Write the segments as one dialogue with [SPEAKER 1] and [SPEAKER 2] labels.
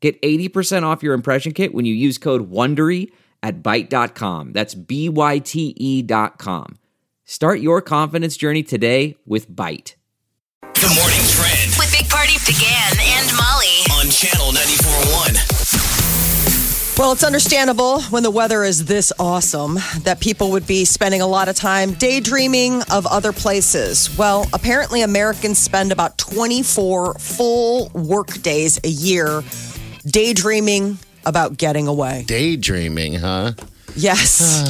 [SPEAKER 1] Get 80% off your impression kit when you use code WONDERY at Byte.com. That's B-Y-T-E E dot com. Start your confidence journey today with Byte.
[SPEAKER 2] The morning trend
[SPEAKER 3] With Big Party began and Molly.
[SPEAKER 2] on channel 94.1.
[SPEAKER 4] Well, it's understandable when the weather is this awesome that people would be spending a lot of time daydreaming of other places. Well, apparently, Americans spend about 24 full work days a year daydreaming about getting away.
[SPEAKER 5] Daydreaming, huh?
[SPEAKER 4] Yes.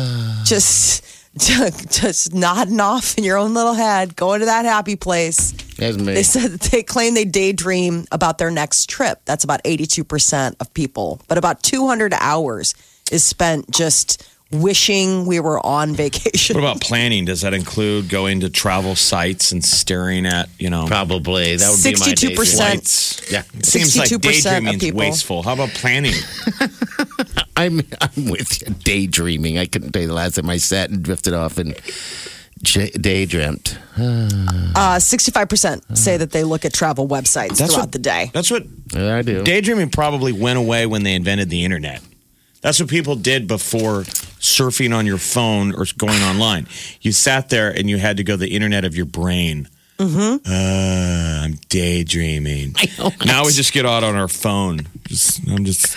[SPEAKER 4] just, just nodding off in your own little head, going to that happy place.
[SPEAKER 5] That's me.
[SPEAKER 4] They said that they claim they daydream about their next trip. That's about 82% of people. But about 200 hours is spent just wishing we were on vacation.
[SPEAKER 6] What about planning? Does that include going to travel sites and staring at, you know,
[SPEAKER 5] Probably that would be my
[SPEAKER 4] 62%.
[SPEAKER 5] daydream.
[SPEAKER 6] lights?
[SPEAKER 5] Yeah.
[SPEAKER 6] It seems like
[SPEAKER 4] 62% of
[SPEAKER 6] daydreaming's
[SPEAKER 4] people.
[SPEAKER 6] wasteful. How about planning?
[SPEAKER 5] I'm I'm with you. Daydreaming. I couldn't tell you the last time I sat and drifted off and j- daydreamt.
[SPEAKER 4] Uh, 65% say that they look at travel websites throughout
[SPEAKER 6] what,
[SPEAKER 4] the day.
[SPEAKER 6] That's what
[SPEAKER 5] Yeah, I do.
[SPEAKER 6] daydreaming probably went away when they invented the internet. That's what people did before surfing on your phone or going online. You sat there and you had to go to the internet of your brain. Mm-hmm. Uh, I'm daydreaming. Now we just get out on our phone. Just, I'm just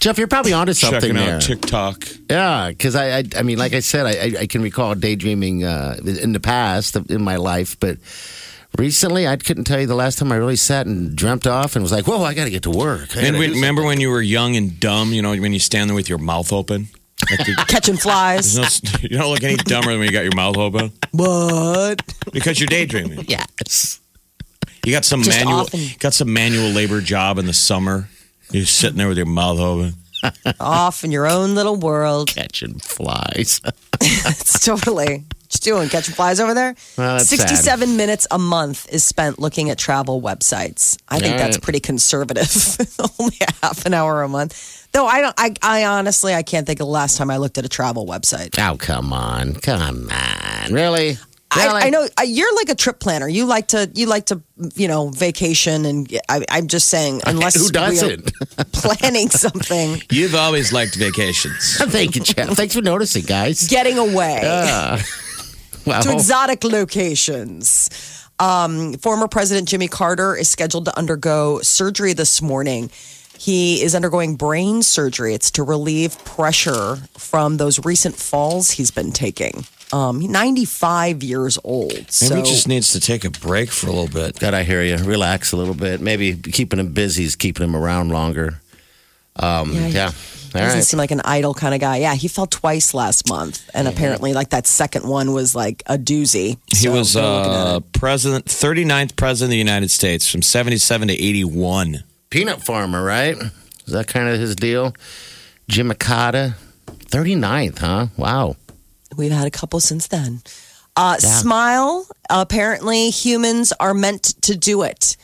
[SPEAKER 5] Jeff, you're probably onto something
[SPEAKER 6] checking
[SPEAKER 5] there.
[SPEAKER 6] out TikTok.
[SPEAKER 5] Yeah, because I, I, I mean, like I said, I, I- I can recall daydreaming uh, in the past uh, in my life, but recently I couldn't tell you the last time I really sat and dreamt off and was like, "Whoa, I got to get to work." I
[SPEAKER 6] And
[SPEAKER 5] gotta
[SPEAKER 6] when,
[SPEAKER 5] do
[SPEAKER 6] remember when you were young and dumb, you know, when you stand there with your mouth open? Like the-
[SPEAKER 4] Catching
[SPEAKER 6] there's
[SPEAKER 4] flies.
[SPEAKER 6] no, you don't look any dumber than when you got your mouth open
[SPEAKER 4] What?
[SPEAKER 6] because you're daydreaming.
[SPEAKER 5] something." yes.
[SPEAKER 6] You got some
[SPEAKER 4] Just
[SPEAKER 6] manual,
[SPEAKER 4] often.
[SPEAKER 6] got some manual labor job in the summer. You're sitting there with your mouth open.
[SPEAKER 4] Off in your own little world.
[SPEAKER 5] Catching flies.
[SPEAKER 4] It's totally. What you doing? Catching flies over there?
[SPEAKER 5] Well, that's sad.
[SPEAKER 4] 67 minutes a month is spent looking at travel websites. I think
[SPEAKER 5] All
[SPEAKER 4] that's
[SPEAKER 5] right.
[SPEAKER 4] pretty conservative. Only half an hour a month. Though I don't I, I honestly I can't think of the last time I looked at a travel website.
[SPEAKER 5] oh, come on, come on, really? Really?
[SPEAKER 4] I, I know uh, you're like a trip planner. You like to you like to you know vacation and I, I'm just saying unless
[SPEAKER 5] Who
[SPEAKER 4] we are
[SPEAKER 5] doesn't?
[SPEAKER 4] planning something,
[SPEAKER 6] You've always liked vacations.
[SPEAKER 5] Thank you, Jeff. Thanks for noticing, guys.
[SPEAKER 4] getting away.
[SPEAKER 5] Wow.
[SPEAKER 6] Oh.
[SPEAKER 4] to exotic locations. Um, former President Jimmy Carter is scheduled to undergo surgery this morning. He is undergoing brain surgery. It's to relieve pressure from those recent falls he's been taking. Um, 95 years old. So
[SPEAKER 6] Maybe he just needs to take a break for a little bit.
[SPEAKER 5] God, I hear you. Relax a little bit. Maybe keeping him busy is keeping him around longer. Um, yeah. All
[SPEAKER 4] doesn't
[SPEAKER 5] right.
[SPEAKER 4] seem like an idle kind of guy. Yeah, he fell twice last month, and apparently, like that second one was like a doozy.
[SPEAKER 6] He
[SPEAKER 4] So
[SPEAKER 6] was
[SPEAKER 4] they're looking at
[SPEAKER 6] uh,
[SPEAKER 4] it.
[SPEAKER 6] president, 39th president of the United States from 77 to 81.
[SPEAKER 5] peanut farmer, right? Is that kind of his deal? Jim Akata, 39th, huh? Wow.
[SPEAKER 4] We've had a couple since then. Uh, Smile. Apparently, humans are meant to do it.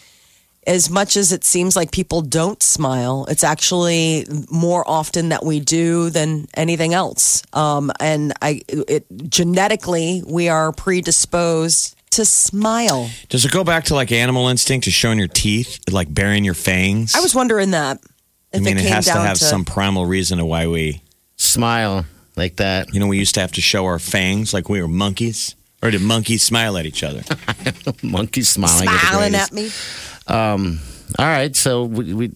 [SPEAKER 4] As much as it seems like people don't smile, it's actually more often that we do than anything else. Um, and I, it, genetically, we are predisposed to smile.
[SPEAKER 6] Does it go back to like animal instinct to showing your teeth, like burying your fangs?
[SPEAKER 4] I was wondering that. If
[SPEAKER 6] I mean, it,
[SPEAKER 4] came
[SPEAKER 6] has to
[SPEAKER 4] down
[SPEAKER 6] have some primal reason of why we,
[SPEAKER 5] Smile like that.
[SPEAKER 6] you know, we used to have to show our fangs like we were monkeys. Or did monkeys smile at each other?
[SPEAKER 5] Monkey smiling. are the
[SPEAKER 4] smiling at
[SPEAKER 5] greatest.
[SPEAKER 4] me.
[SPEAKER 5] All right. So we, we,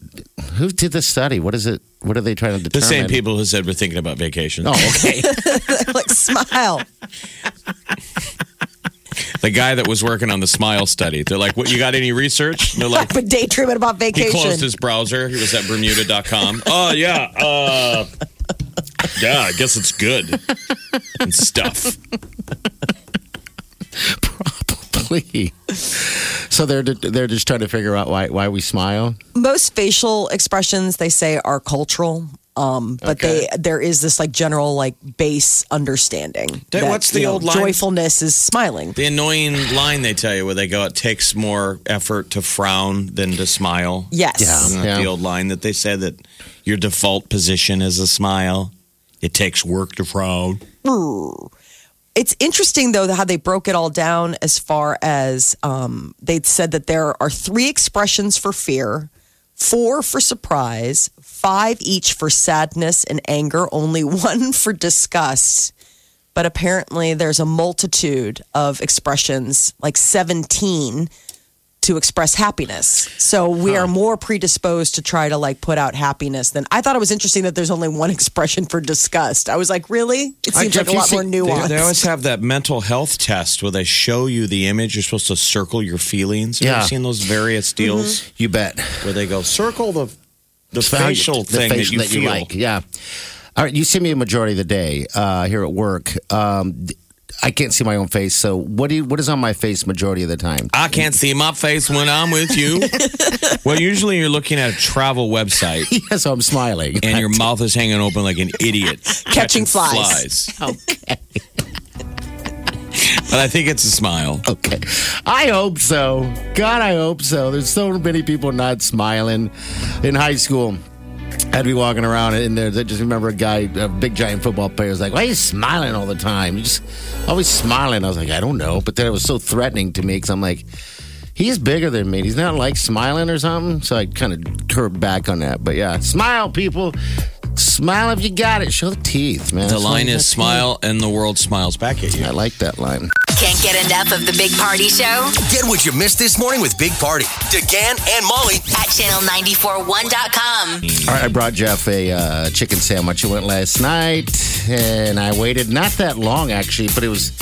[SPEAKER 5] who did the study? What is it? What are they trying to
[SPEAKER 6] The
[SPEAKER 5] determine?
[SPEAKER 6] same people who said we're thinking about vacations.
[SPEAKER 5] Oh, okay.
[SPEAKER 4] like smile.
[SPEAKER 6] The guy that was working on the smile study. They're like, "What? You got any research?" And they're like,
[SPEAKER 4] I've been daydreaming about
[SPEAKER 6] "He
[SPEAKER 4] vacation.
[SPEAKER 6] closed his browser. He was at Bermuda.com." Oh yeah, uh, yeah. I guess it's good and stuff.
[SPEAKER 5] Probably. So they're they're just trying to figure out why why we smile.
[SPEAKER 4] most facial expressions they say are cultural Um, but
[SPEAKER 5] Okay.
[SPEAKER 4] they there is this like general like base understanding.
[SPEAKER 6] That- what's the
[SPEAKER 4] you know,
[SPEAKER 6] old line?
[SPEAKER 4] Joyfulness is smiling.
[SPEAKER 6] The annoying line they tell you where they go, it takes more effort to frown than to smile.
[SPEAKER 4] Yes.
[SPEAKER 5] Yeah.
[SPEAKER 6] Isn't that the old line that they said that your default position is a smile? It takes work to frown.
[SPEAKER 4] It's interesting though how they broke it all down as far as um, they said that there are three expressions for fear, four for surprise, five each for sadness and anger, only one for disgust. But apparently, there's a multitude of expressions, like 17, to express happiness. So we are more predisposed to try to like put out happiness than I thought. It was interesting that there's only one expression for disgust. I was like, really? It
[SPEAKER 5] I-
[SPEAKER 4] seems like
[SPEAKER 5] Jeff,
[SPEAKER 4] a
[SPEAKER 5] you
[SPEAKER 4] lot
[SPEAKER 5] see-
[SPEAKER 4] more
[SPEAKER 5] they-
[SPEAKER 4] nuanced.
[SPEAKER 6] They, they always have that mental health test where they show you the image. You're supposed to circle your feelings. Have you
[SPEAKER 5] Yeah.
[SPEAKER 6] ever seen those various deals
[SPEAKER 5] You bet.
[SPEAKER 6] where they go, circle the, the
[SPEAKER 5] Value-
[SPEAKER 6] facial
[SPEAKER 5] the
[SPEAKER 6] thing
[SPEAKER 5] facial
[SPEAKER 6] that you feel?
[SPEAKER 5] like. Yeah. All right, you see me a majority of the day uh, here at work. Um, I can't see my own face, so what do you, what is on my face majority of the time?
[SPEAKER 6] I can't see my face when I'm with you. well, usually you're looking at a travel website
[SPEAKER 5] Yeah, so I'm smiling.
[SPEAKER 6] and your mouth is hanging open like an idiot
[SPEAKER 4] Catching flies.
[SPEAKER 6] but I think it's a smile.
[SPEAKER 5] Okay. I hope so. God, I hope so. There's so many people not smiling. In high school, I'd be walking around and there, I just remember a guy, a big giant football player, was like, Why are you smiling all the time? You just always smiling. I was like, I don't know. But then it was so threatening to me because I'm like, He's bigger than me. He's not like smiling or something. So I kind of curbed back on that. But yeah, smile, people. Smile if you got it. Show the teeth, man.
[SPEAKER 6] The
[SPEAKER 5] That's all
[SPEAKER 6] line
[SPEAKER 5] you
[SPEAKER 6] is
[SPEAKER 5] got to
[SPEAKER 6] smile and the world smiles back at
[SPEAKER 5] do. I
[SPEAKER 6] you.
[SPEAKER 5] like that line.
[SPEAKER 3] Can't get enough of the Big Party Show
[SPEAKER 2] Get what you missed this morning with Big Party, DeGan and Molly
[SPEAKER 3] at channel941.com.
[SPEAKER 5] All right, I brought Jeff a uh, chicken sandwich. It went last night, and I waited not that long actually, but it was.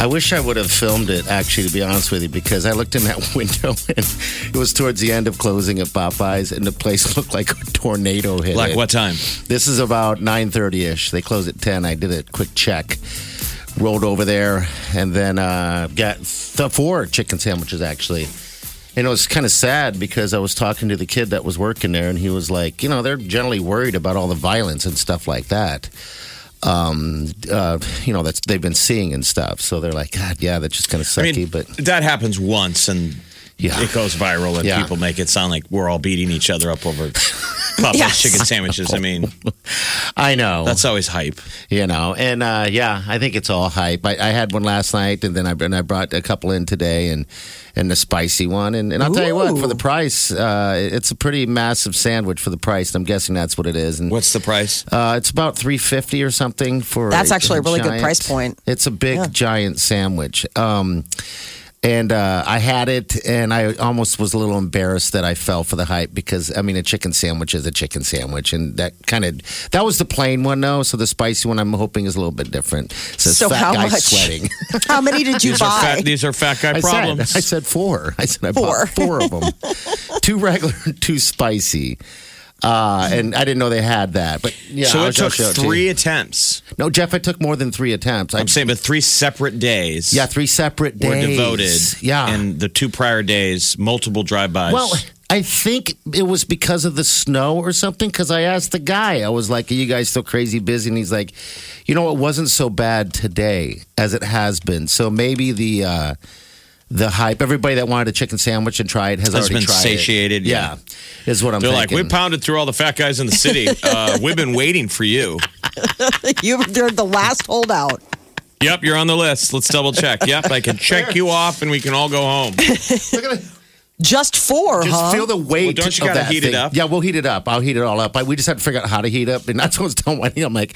[SPEAKER 5] I wish I would have filmed it actually, to be honest with you, because I looked in that window and it was towards the end of closing at Popeyes, and the place looked like a tornado hit.
[SPEAKER 6] Like
[SPEAKER 5] it.
[SPEAKER 6] what time?
[SPEAKER 5] This is about nine thirty ish. They close at ten. I did a quick check, rolled over there, and then uh, got th- four chicken sandwiches actually. And it was kind of sad because I was talking to the kid that was working there, and he was like, you know, they're generally worried about all the violence and stuff like that. Um, uh, you know, that's they've been seeing and stuff. So they're like, God, yeah, that's just kind of
[SPEAKER 6] I
[SPEAKER 5] sucky.
[SPEAKER 6] mean,
[SPEAKER 5] but
[SPEAKER 6] that happens once and
[SPEAKER 5] Yeah.
[SPEAKER 6] it goes viral and
[SPEAKER 5] Yeah.
[SPEAKER 6] people make it sound like we're all beating each other up over Popeye's
[SPEAKER 4] Yes.
[SPEAKER 6] chicken sandwiches. I mean,
[SPEAKER 5] I know
[SPEAKER 6] that's always hype.
[SPEAKER 5] you know and uh, yeah i think it's all hype I, I had one last night and then I, and I brought a couple in today and and the spicy one and, and i'll tell you what for the price uh, it's a pretty massive sandwich for the price i'm guessing that's what it is and
[SPEAKER 6] What's the price?
[SPEAKER 5] uh, it's about 350 or something for
[SPEAKER 4] That's actually a really good
[SPEAKER 5] giant-
[SPEAKER 4] price point.
[SPEAKER 5] it's a big giant sandwich um, and uh, I had it, and I almost was a little embarrassed that I fell for the hype because I mean, a chicken sandwich is a chicken sandwich, and that kind of that was the plain one though. So the spicy one, I'm hoping is a little bit different. It says
[SPEAKER 4] So
[SPEAKER 5] fat
[SPEAKER 4] how
[SPEAKER 5] guy
[SPEAKER 4] much?
[SPEAKER 5] sweating.
[SPEAKER 4] How many did you
[SPEAKER 6] These are,
[SPEAKER 4] buy?
[SPEAKER 6] fat, these are fat guy
[SPEAKER 5] I
[SPEAKER 6] problems.
[SPEAKER 5] Said, I said four. I said I bought four of them, two regular, and two spicy. Uh, and I didn't know they had that, but yeah.
[SPEAKER 6] so
[SPEAKER 5] I'll-
[SPEAKER 6] it took
[SPEAKER 5] I'll show to you.
[SPEAKER 6] three attempts.
[SPEAKER 5] No, Jeff, I took more than three attempts. I,
[SPEAKER 6] I'm saying, but three separate days.
[SPEAKER 5] yeah, three separate days.
[SPEAKER 6] were devoted.
[SPEAKER 5] Yeah.
[SPEAKER 6] And the two prior days, multiple drive-bys.
[SPEAKER 5] well, I think it was because of the snow or something. Because I asked the guy, I was like, "Are you guys still crazy busy?" And he's like, "You know, it wasn't so bad today as it has been. So maybe the uh, the hype. Everybody that wanted a chicken sandwich and tried has,
[SPEAKER 6] Has
[SPEAKER 5] already
[SPEAKER 6] been
[SPEAKER 5] tried it.
[SPEAKER 6] satiated,
[SPEAKER 5] Yeah, is what I'm.
[SPEAKER 6] They're like,
[SPEAKER 5] thinking.
[SPEAKER 6] we pounded through all the fat guys in the city. Uh, we've been waiting for you.
[SPEAKER 4] you, they're the last holdout.
[SPEAKER 6] Yep, you're on the list. Let's double check. Yep, I can check you off, and we can all go home.
[SPEAKER 5] Look at it.
[SPEAKER 4] Just four,
[SPEAKER 5] Just
[SPEAKER 4] huh?
[SPEAKER 5] feel the weight.
[SPEAKER 6] Well, don't you
[SPEAKER 5] of
[SPEAKER 6] gotta
[SPEAKER 5] that
[SPEAKER 6] heat it
[SPEAKER 5] thing.
[SPEAKER 6] up?
[SPEAKER 5] Yeah, we'll heat it up. I'll heat it all up. I, we just had to figure out how to heat up, and that's what I was telling Wendy. I'm like,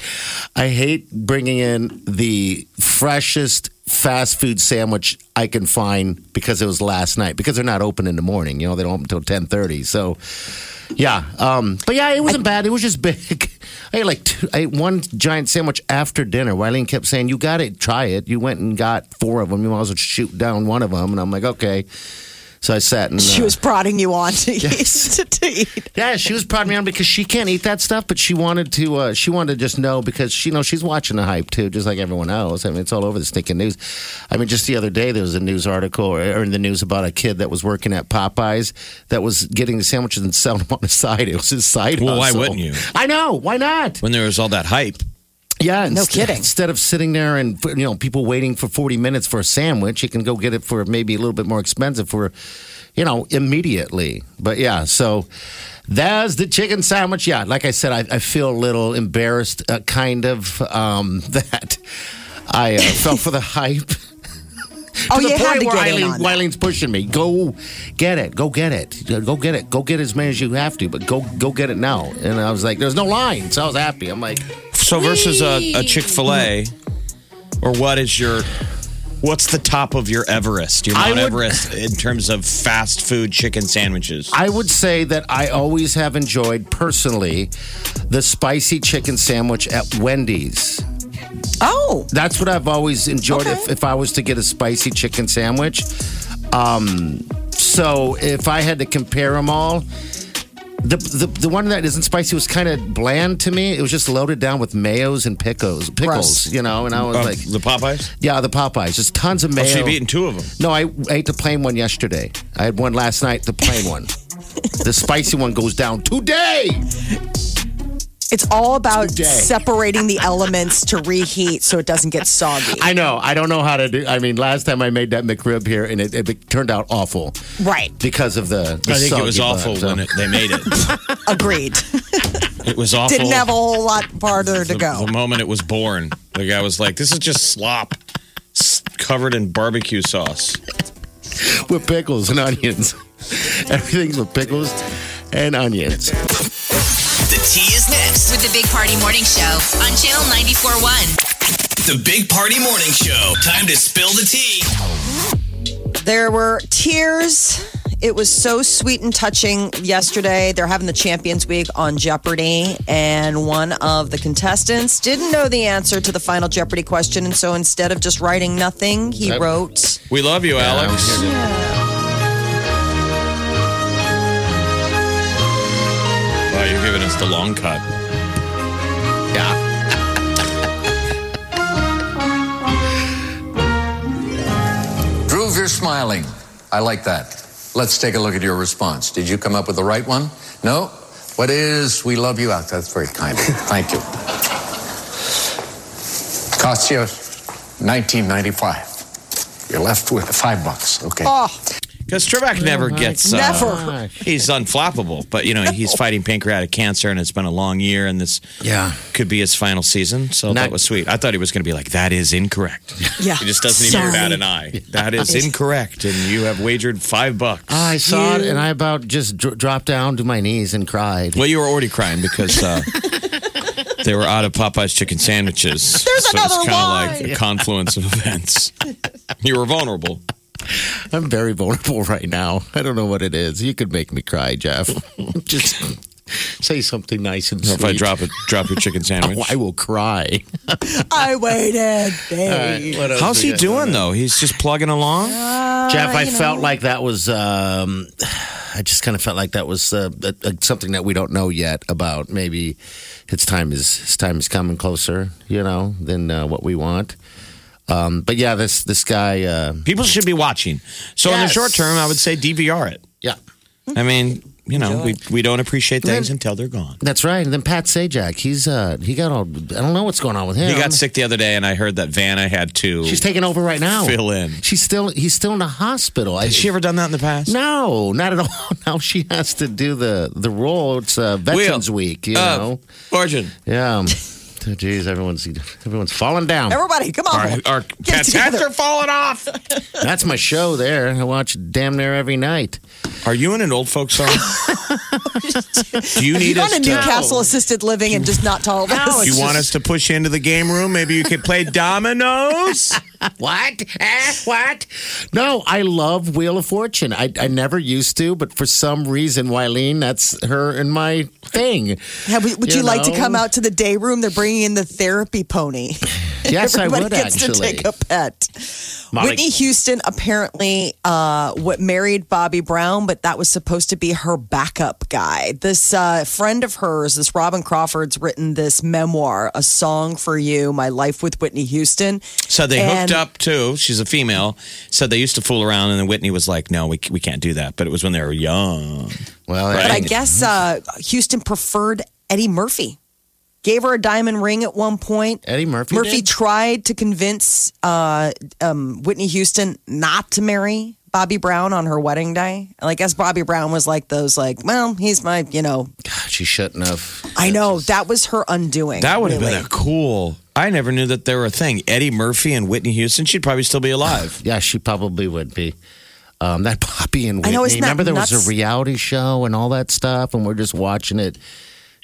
[SPEAKER 5] I hate bringing in the freshest fast food sandwich I can find because it was last night because they're not open in the morning. You know, they don't open until ten thirty. So. Yeah, um, but yeah, it wasn't bad. It was just big. I ate like two, I ate one giant sandwich after dinner. Wileen kept saying, "You got it, try it." You went and got four of them. You might as well shoot down one of them, and I'm like, "Okay." So I sat and.
[SPEAKER 4] She
[SPEAKER 5] uh,
[SPEAKER 4] was prodding you on to,
[SPEAKER 5] Yes.
[SPEAKER 4] eat, to eat.
[SPEAKER 5] Yeah, she was prodding me on because she can't eat that stuff, but she wanted to. Uh, she wanted to just know because she you know she's watching the hype too, just like everyone else. I mean, it's all over the stinking news. I mean, just the other day there was a news article or, or in the news about a kid that was working at Popeyes that was getting the sandwiches and selling them on the side. It was his side.
[SPEAKER 6] Well, why
[SPEAKER 5] hustle.
[SPEAKER 6] wouldn't you?
[SPEAKER 5] I know. Why not?
[SPEAKER 6] When there was all that hype.
[SPEAKER 5] Yeah,
[SPEAKER 4] No
[SPEAKER 5] inst-
[SPEAKER 4] kidding.
[SPEAKER 5] Instead of sitting there and you know people waiting for forty minutes for a sandwich, you can go get it for maybe a little bit more expensive for, you know, immediately. But yeah, so that's the chicken sandwich. Yeah, like I said, I, I feel a little embarrassed, uh, kind of um, that I uh, fell for the hype.
[SPEAKER 4] Oh,
[SPEAKER 5] to
[SPEAKER 4] you
[SPEAKER 5] the point
[SPEAKER 4] had to
[SPEAKER 5] where
[SPEAKER 4] get in
[SPEAKER 5] Eileen,
[SPEAKER 4] on that.
[SPEAKER 5] Eileen's pushing me. Go get it. Go get it. Go get it. Go get as many as you have to, but go go get it now. And I was like, there's no line, so I was happy. I'm like.
[SPEAKER 6] So versus a, a Chick Fil A, or what is your, what's the top of your Everest, your
[SPEAKER 5] I
[SPEAKER 6] Mount
[SPEAKER 5] would-
[SPEAKER 6] Everest in terms of fast food chicken sandwiches?
[SPEAKER 5] I would say that I always have enjoyed personally the spicy chicken sandwich at Wendy's.
[SPEAKER 4] Oh,
[SPEAKER 5] That's what I've always enjoyed if,
[SPEAKER 4] Okay.
[SPEAKER 5] if I was to get a spicy chicken sandwich. Um, so if I had to compare them all, the, the, the one that isn't spicy was kind of bland to me. It was just loaded down with mayos and pickles, pickles,
[SPEAKER 4] Gross.
[SPEAKER 5] you know. And I was
[SPEAKER 6] Uh,
[SPEAKER 5] like,
[SPEAKER 6] the Popeyes.
[SPEAKER 5] yeah, the Popeyes, just tons of
[SPEAKER 6] Oh,
[SPEAKER 5] mayo.
[SPEAKER 6] so you've eaten two of them.
[SPEAKER 5] No, I ate the plain one yesterday. I had one last night, the plain one. the spicy one goes down today.
[SPEAKER 4] it's all about
[SPEAKER 5] Today.
[SPEAKER 4] separating the elements to reheat so it doesn't get soggy.
[SPEAKER 5] I know. I don't know how to do. I mean, last time I made that McRib here, and it, it turned out awful
[SPEAKER 4] right.
[SPEAKER 5] because of the. the
[SPEAKER 6] I think it was
[SPEAKER 5] soggy bun,
[SPEAKER 6] awful
[SPEAKER 5] so.
[SPEAKER 6] when it, they made it.
[SPEAKER 4] Agreed.
[SPEAKER 6] It was awful.
[SPEAKER 4] Didn't have a whole lot farther to
[SPEAKER 6] the,
[SPEAKER 4] go.
[SPEAKER 6] the moment it was born, the guy was like, "This is just slop." s- Covered in barbecue sauce.
[SPEAKER 5] with pickles and onions. Everything's with pickles and onions.
[SPEAKER 2] The tea is next.
[SPEAKER 3] With the Big Party Morning Show on Channel 94.1.
[SPEAKER 2] The Big Party Morning Show. Time to spill the tea.
[SPEAKER 4] There were tears. It was so sweet and touching yesterday. They're having the Champions Week on Jeopardy, and one of the contestants didn't know the answer to the final Jeopardy question. And so instead of just writing nothing, he
[SPEAKER 5] Yep.
[SPEAKER 4] wrote.
[SPEAKER 6] We love you, Alex. Wow, you're giving us the long cut.
[SPEAKER 5] Yeah.
[SPEAKER 7] Prove you're smiling. I like that. Let's take a look at your response. Did you come up with the right one? No? What is we love you out? That's very kind of you. Thank you. Cost you 19.95. You're left with five bucks. Okay.
[SPEAKER 4] Oh,
[SPEAKER 6] Because Trebek never gets. Uh,
[SPEAKER 4] Never.
[SPEAKER 6] He's unflappable, but you know he's fighting pancreatic cancer, and it's been a long year, and this
[SPEAKER 5] Yeah.
[SPEAKER 6] could be his final season. So
[SPEAKER 5] Not-
[SPEAKER 6] that was sweet. I thought he was going to be like, "That is incorrect."
[SPEAKER 4] Yeah.
[SPEAKER 6] he just doesn't even
[SPEAKER 4] Sorry.
[SPEAKER 6] bat an eye. That is incorrect, and you have wagered five bucks.
[SPEAKER 5] I saw it, and I about just dro- dropped down to my knees and cried.
[SPEAKER 6] well, you were already crying because uh, they were out of Popeye's chicken sandwiches. There's so
[SPEAKER 4] another
[SPEAKER 6] it's kind
[SPEAKER 4] line.
[SPEAKER 6] of like a confluence of events. You were vulnerable.
[SPEAKER 5] I'm very vulnerable right now. I don't know what it is. You could make me cry, Jeff. Just say something nice and sweet.
[SPEAKER 6] If I drop it, drop your chicken sandwich.
[SPEAKER 5] Oh, I will cry.
[SPEAKER 4] I waited. babe.
[SPEAKER 6] How's he doing though? He's just plugging along.
[SPEAKER 5] Jeff?
[SPEAKER 6] Uh,
[SPEAKER 5] I felt like that was. Um, I just kind of felt like that was uh, uh, uh, something that we don't know yet about. Maybe his time is his time is coming closer, you know, than uh, what we want. Um, but yeah, this this guy, uh,
[SPEAKER 6] People should be watching. So in the
[SPEAKER 5] Yes.
[SPEAKER 6] short term, I would say DVR it.
[SPEAKER 5] yeah,
[SPEAKER 6] I mean, you know, we, we don't appreciate things
[SPEAKER 5] Then-
[SPEAKER 6] until they're gone.
[SPEAKER 5] that's right. And then Pat Sajak, he's uh, he got all. I don't know what's going on with him.
[SPEAKER 6] He got sick the other day, and I heard that Vanna had to.
[SPEAKER 5] She's taking over right now.
[SPEAKER 6] Fill in.
[SPEAKER 5] She's still he's still in the hospital. I,
[SPEAKER 6] Has she ever done that in the past?
[SPEAKER 5] No, not at all. Now she has to do the the role. It's uh, Veterans Week, you
[SPEAKER 6] Uh,
[SPEAKER 5] know.
[SPEAKER 6] Arjun.
[SPEAKER 5] Yeah. Oh, Geez, everyone's everyone's falling down.
[SPEAKER 4] Everybody, come on.
[SPEAKER 6] Our, our
[SPEAKER 4] Get it
[SPEAKER 6] Pat's hats
[SPEAKER 4] together.
[SPEAKER 6] are falling off.
[SPEAKER 5] That's my show. There, I watch damn near every night.
[SPEAKER 6] Are you in an old folks home? Do you need
[SPEAKER 4] You're
[SPEAKER 6] us
[SPEAKER 4] on a
[SPEAKER 6] to?
[SPEAKER 4] Newcastle assisted living and just not tell us.
[SPEAKER 6] you want us to push you into the game room? Maybe you could play dominoes.
[SPEAKER 5] What? Eh, what? No, I love Wheel of Fortune. I, I never used to, but for some reason, Wileen, that's her and my thing.
[SPEAKER 4] Have we- would you,
[SPEAKER 5] You
[SPEAKER 4] like to
[SPEAKER 5] know?
[SPEAKER 4] come out to the day room? They're bringing in the therapy pony.
[SPEAKER 5] Yes, I
[SPEAKER 4] Everybody
[SPEAKER 5] would
[SPEAKER 4] gets to
[SPEAKER 5] actually.
[SPEAKER 4] take a pet.
[SPEAKER 5] Molly-
[SPEAKER 4] Whitney Houston apparently uh, what married Bobby Brown, but that was supposed to be her backup guy. This uh, friend of hers, this Robin Crawford's written this memoir, "A Song for You: My Life with Whitney Houston."
[SPEAKER 6] So they
[SPEAKER 4] And-
[SPEAKER 6] hooked up too. She's a female. So they used to fool around, and then Whitney was like, "No, we we can't do that." But it was when they were young.
[SPEAKER 5] Well,
[SPEAKER 6] Right.
[SPEAKER 4] But I
[SPEAKER 6] And-
[SPEAKER 4] guess uh,
[SPEAKER 5] Mm-hmm.
[SPEAKER 4] Houston preferred Eddie Murphy. Gave her a diamond ring at one point.
[SPEAKER 5] Eddie Murphy.
[SPEAKER 4] Murphy
[SPEAKER 5] did?
[SPEAKER 4] tried to convince uh, um, Whitney Houston not to marry Bobby Brown on her wedding day. And I guess Bobby Brown was like those, like, well, he's my, you know,
[SPEAKER 5] God, Ah, she shouldn't have.
[SPEAKER 4] I know that was her undoing.
[SPEAKER 6] That would have
[SPEAKER 4] really.
[SPEAKER 6] been a cool. I never knew that they were a thing. Eddie Murphy and Whitney Houston. She'd probably still be alive.
[SPEAKER 5] Yeah, she probably would be. Um, that Poppy and
[SPEAKER 4] I
[SPEAKER 5] Whitney.
[SPEAKER 4] know, isn't that
[SPEAKER 5] Remember, there was
[SPEAKER 4] nuts?
[SPEAKER 5] a reality show and all that stuff, and we're just watching it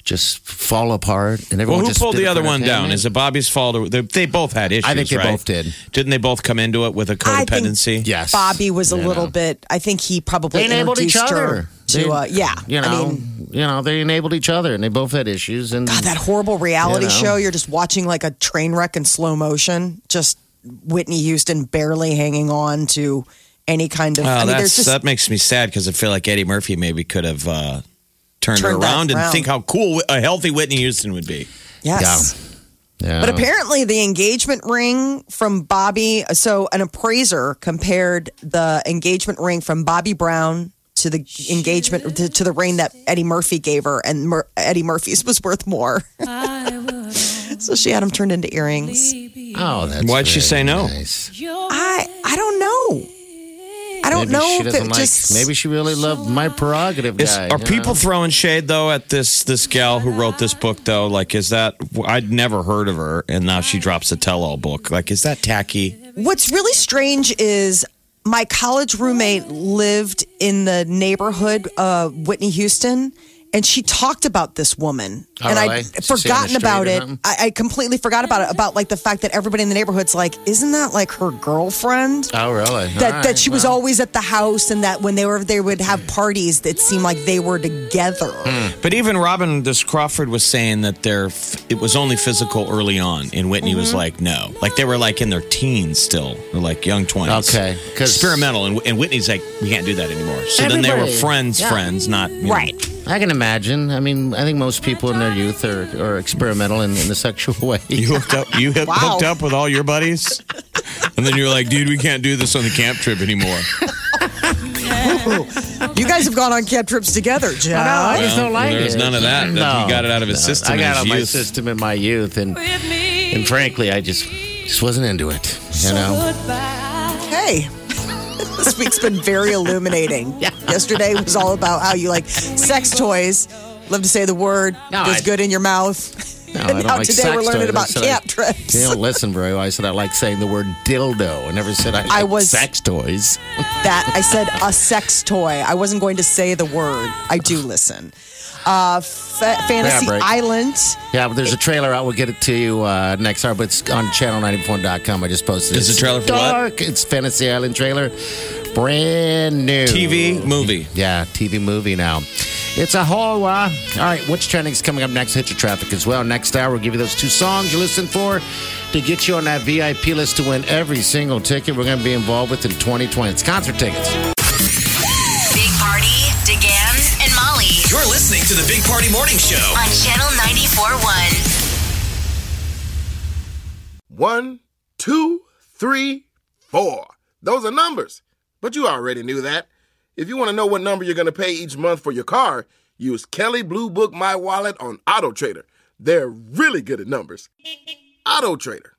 [SPEAKER 5] just fall apart. And
[SPEAKER 6] Well,
[SPEAKER 5] everyone
[SPEAKER 6] who
[SPEAKER 5] just
[SPEAKER 6] pulled
[SPEAKER 5] did
[SPEAKER 6] the
[SPEAKER 5] it
[SPEAKER 6] other
[SPEAKER 5] for
[SPEAKER 6] one down?
[SPEAKER 5] entertainment.
[SPEAKER 6] Is it Bobby's fault? Or they, they both had issues.
[SPEAKER 5] I think they
[SPEAKER 6] right?
[SPEAKER 5] both did.
[SPEAKER 6] Didn't they both come into it with a
[SPEAKER 4] I think
[SPEAKER 6] codependency?
[SPEAKER 5] Yeah. Yes.
[SPEAKER 4] Bobby was a
[SPEAKER 5] You
[SPEAKER 4] little
[SPEAKER 5] know.
[SPEAKER 4] bit. I think he probably
[SPEAKER 5] They enabled each
[SPEAKER 4] introduced
[SPEAKER 5] other.
[SPEAKER 4] her to,
[SPEAKER 5] They-
[SPEAKER 4] uh, yeah.
[SPEAKER 5] you know,
[SPEAKER 4] I mean,
[SPEAKER 5] you know, they enabled each other, and they both had issues. And
[SPEAKER 4] God, that horrible reality
[SPEAKER 5] You know.
[SPEAKER 4] show. You're just watching like a train wreck in slow motion. Just Whitney Houston barely hanging on to any kind of.
[SPEAKER 6] Oh,
[SPEAKER 4] I mean,
[SPEAKER 6] that's,
[SPEAKER 4] there's just
[SPEAKER 6] that makes me sad because I feel like Eddie Murphy maybe could have uh, turned, her
[SPEAKER 4] Turned that
[SPEAKER 6] around and
[SPEAKER 4] around.
[SPEAKER 6] think how cool a healthy Whitney Houston would be.
[SPEAKER 4] yes.
[SPEAKER 5] Yeah.
[SPEAKER 4] But apparently, the engagement ring from Bobby. So, an appraiser compared the engagement ring from Bobby Brown to the engagement to, to the ring that Eddie Murphy gave her, and Mur- Eddie Murphy's was worth more. so she had them turned into earrings.
[SPEAKER 5] oh, that's
[SPEAKER 6] Why'd she
[SPEAKER 5] very
[SPEAKER 6] say no?
[SPEAKER 5] nice.
[SPEAKER 4] I I don't know. I don't
[SPEAKER 5] Maybe
[SPEAKER 4] know
[SPEAKER 5] she
[SPEAKER 4] if it
[SPEAKER 5] doesn't like.
[SPEAKER 4] just
[SPEAKER 5] maybe she really loved my prerogative
[SPEAKER 6] Is-
[SPEAKER 5] guy.
[SPEAKER 6] are
[SPEAKER 5] you
[SPEAKER 6] people
[SPEAKER 5] know?
[SPEAKER 6] throwing shade though at this this gal who wrote this book though? Like, is that I'd never heard of her, and now
[SPEAKER 4] Um,
[SPEAKER 6] she drops a tell-all book. Like, is that tacky?
[SPEAKER 4] What's really strange is my college roommate lived in the neighborhood of Whitney Houston, and she talked about this woman.
[SPEAKER 5] Oh,
[SPEAKER 4] and
[SPEAKER 5] really?
[SPEAKER 4] I'd
[SPEAKER 5] Did you see her on
[SPEAKER 4] forgotten
[SPEAKER 5] the street
[SPEAKER 4] about
[SPEAKER 5] or
[SPEAKER 4] it.
[SPEAKER 5] something?
[SPEAKER 4] I, I completely forgot about it, about like the fact that everybody in the neighborhood's like, isn't that like her girlfriend?
[SPEAKER 5] Oh, really? All
[SPEAKER 4] That,
[SPEAKER 5] right,
[SPEAKER 4] that she was
[SPEAKER 5] well.
[SPEAKER 4] always at the house, and that when they were they would have parties, it seemed like they were together.
[SPEAKER 5] Hmm.
[SPEAKER 6] But even Robin this Crawford was saying that their it was only physical early on, and Whitney
[SPEAKER 5] Mm-hmm.
[SPEAKER 6] was like, no, like they were like in their teens still, or like young twenties.
[SPEAKER 5] Okay, 'cause-
[SPEAKER 6] experimental, and, and Whitney's like, we can't do that anymore. So then they were
[SPEAKER 5] Everybody-
[SPEAKER 6] friends,
[SPEAKER 5] yeah.
[SPEAKER 6] friends, not you know.
[SPEAKER 5] I can imagine. I mean, I think most people in their youth are, are experimental in, in a sexual way.
[SPEAKER 6] You hooked up. You hoo-
[SPEAKER 4] Wow.
[SPEAKER 6] hooked up with all your buddies, and then you're like, dude, we can't do this on the camp trip anymore.
[SPEAKER 4] You guys have gone on camp trips together, Jeff.
[SPEAKER 5] I just
[SPEAKER 6] Well,
[SPEAKER 5] don't like
[SPEAKER 6] there's
[SPEAKER 5] it.
[SPEAKER 6] none of that. He got it out of his system
[SPEAKER 5] I
[SPEAKER 6] in
[SPEAKER 5] got it out
[SPEAKER 6] his
[SPEAKER 5] of my
[SPEAKER 6] youth.
[SPEAKER 5] system in my youth, and and frankly, I just just wasn't into it. You know,
[SPEAKER 4] Hey, this week's been very illuminating. Yesterday was all about how you like sex toys, love to say the word,
[SPEAKER 5] No,
[SPEAKER 4] feels
[SPEAKER 5] I-
[SPEAKER 4] good in your mouth.
[SPEAKER 5] no, I
[SPEAKER 4] and
[SPEAKER 5] don't
[SPEAKER 4] now
[SPEAKER 5] like
[SPEAKER 4] today
[SPEAKER 5] sex
[SPEAKER 4] we're learning
[SPEAKER 5] toys.
[SPEAKER 4] about
[SPEAKER 5] I said I-
[SPEAKER 4] camp trips.
[SPEAKER 5] They don't listen very well. I said I like saying the word dildo. I never said I,
[SPEAKER 4] I
[SPEAKER 5] liked
[SPEAKER 4] was-
[SPEAKER 5] sex toys.
[SPEAKER 4] that I said a sex toy. I wasn't going to say the word. I do listen. Uh, fa- Fantasy
[SPEAKER 5] break.
[SPEAKER 4] Island.
[SPEAKER 5] Yeah, but there's a trailer out. We'll get it to you uh, next hour, but it's on channel94.com. I just posted it.
[SPEAKER 6] There's a trailer for what?
[SPEAKER 5] Dark. It's Fantasy Island trailer. Brand new.
[SPEAKER 6] TV movie.
[SPEAKER 5] Yeah, TV movie now. It's a horror. All right, what's trending is coming up next. Hit your traffic as well. Next hour, we'll give you those two songs you listen for to get you on that VIP list to win every single ticket we're going to be involved with in 2020. It's concert tickets.
[SPEAKER 3] Big Party, DeGan, and Molly
[SPEAKER 2] You're listening to the Big Party Morning Show.
[SPEAKER 3] on Channel 94.1.
[SPEAKER 8] One, two, three, four. Those are numbers. But you already knew that. If you want to know what number you're going to pay each month for your car, use Kelly Blue Book My Wallet on Auto Trader. They're really good at numbers. Auto Trader.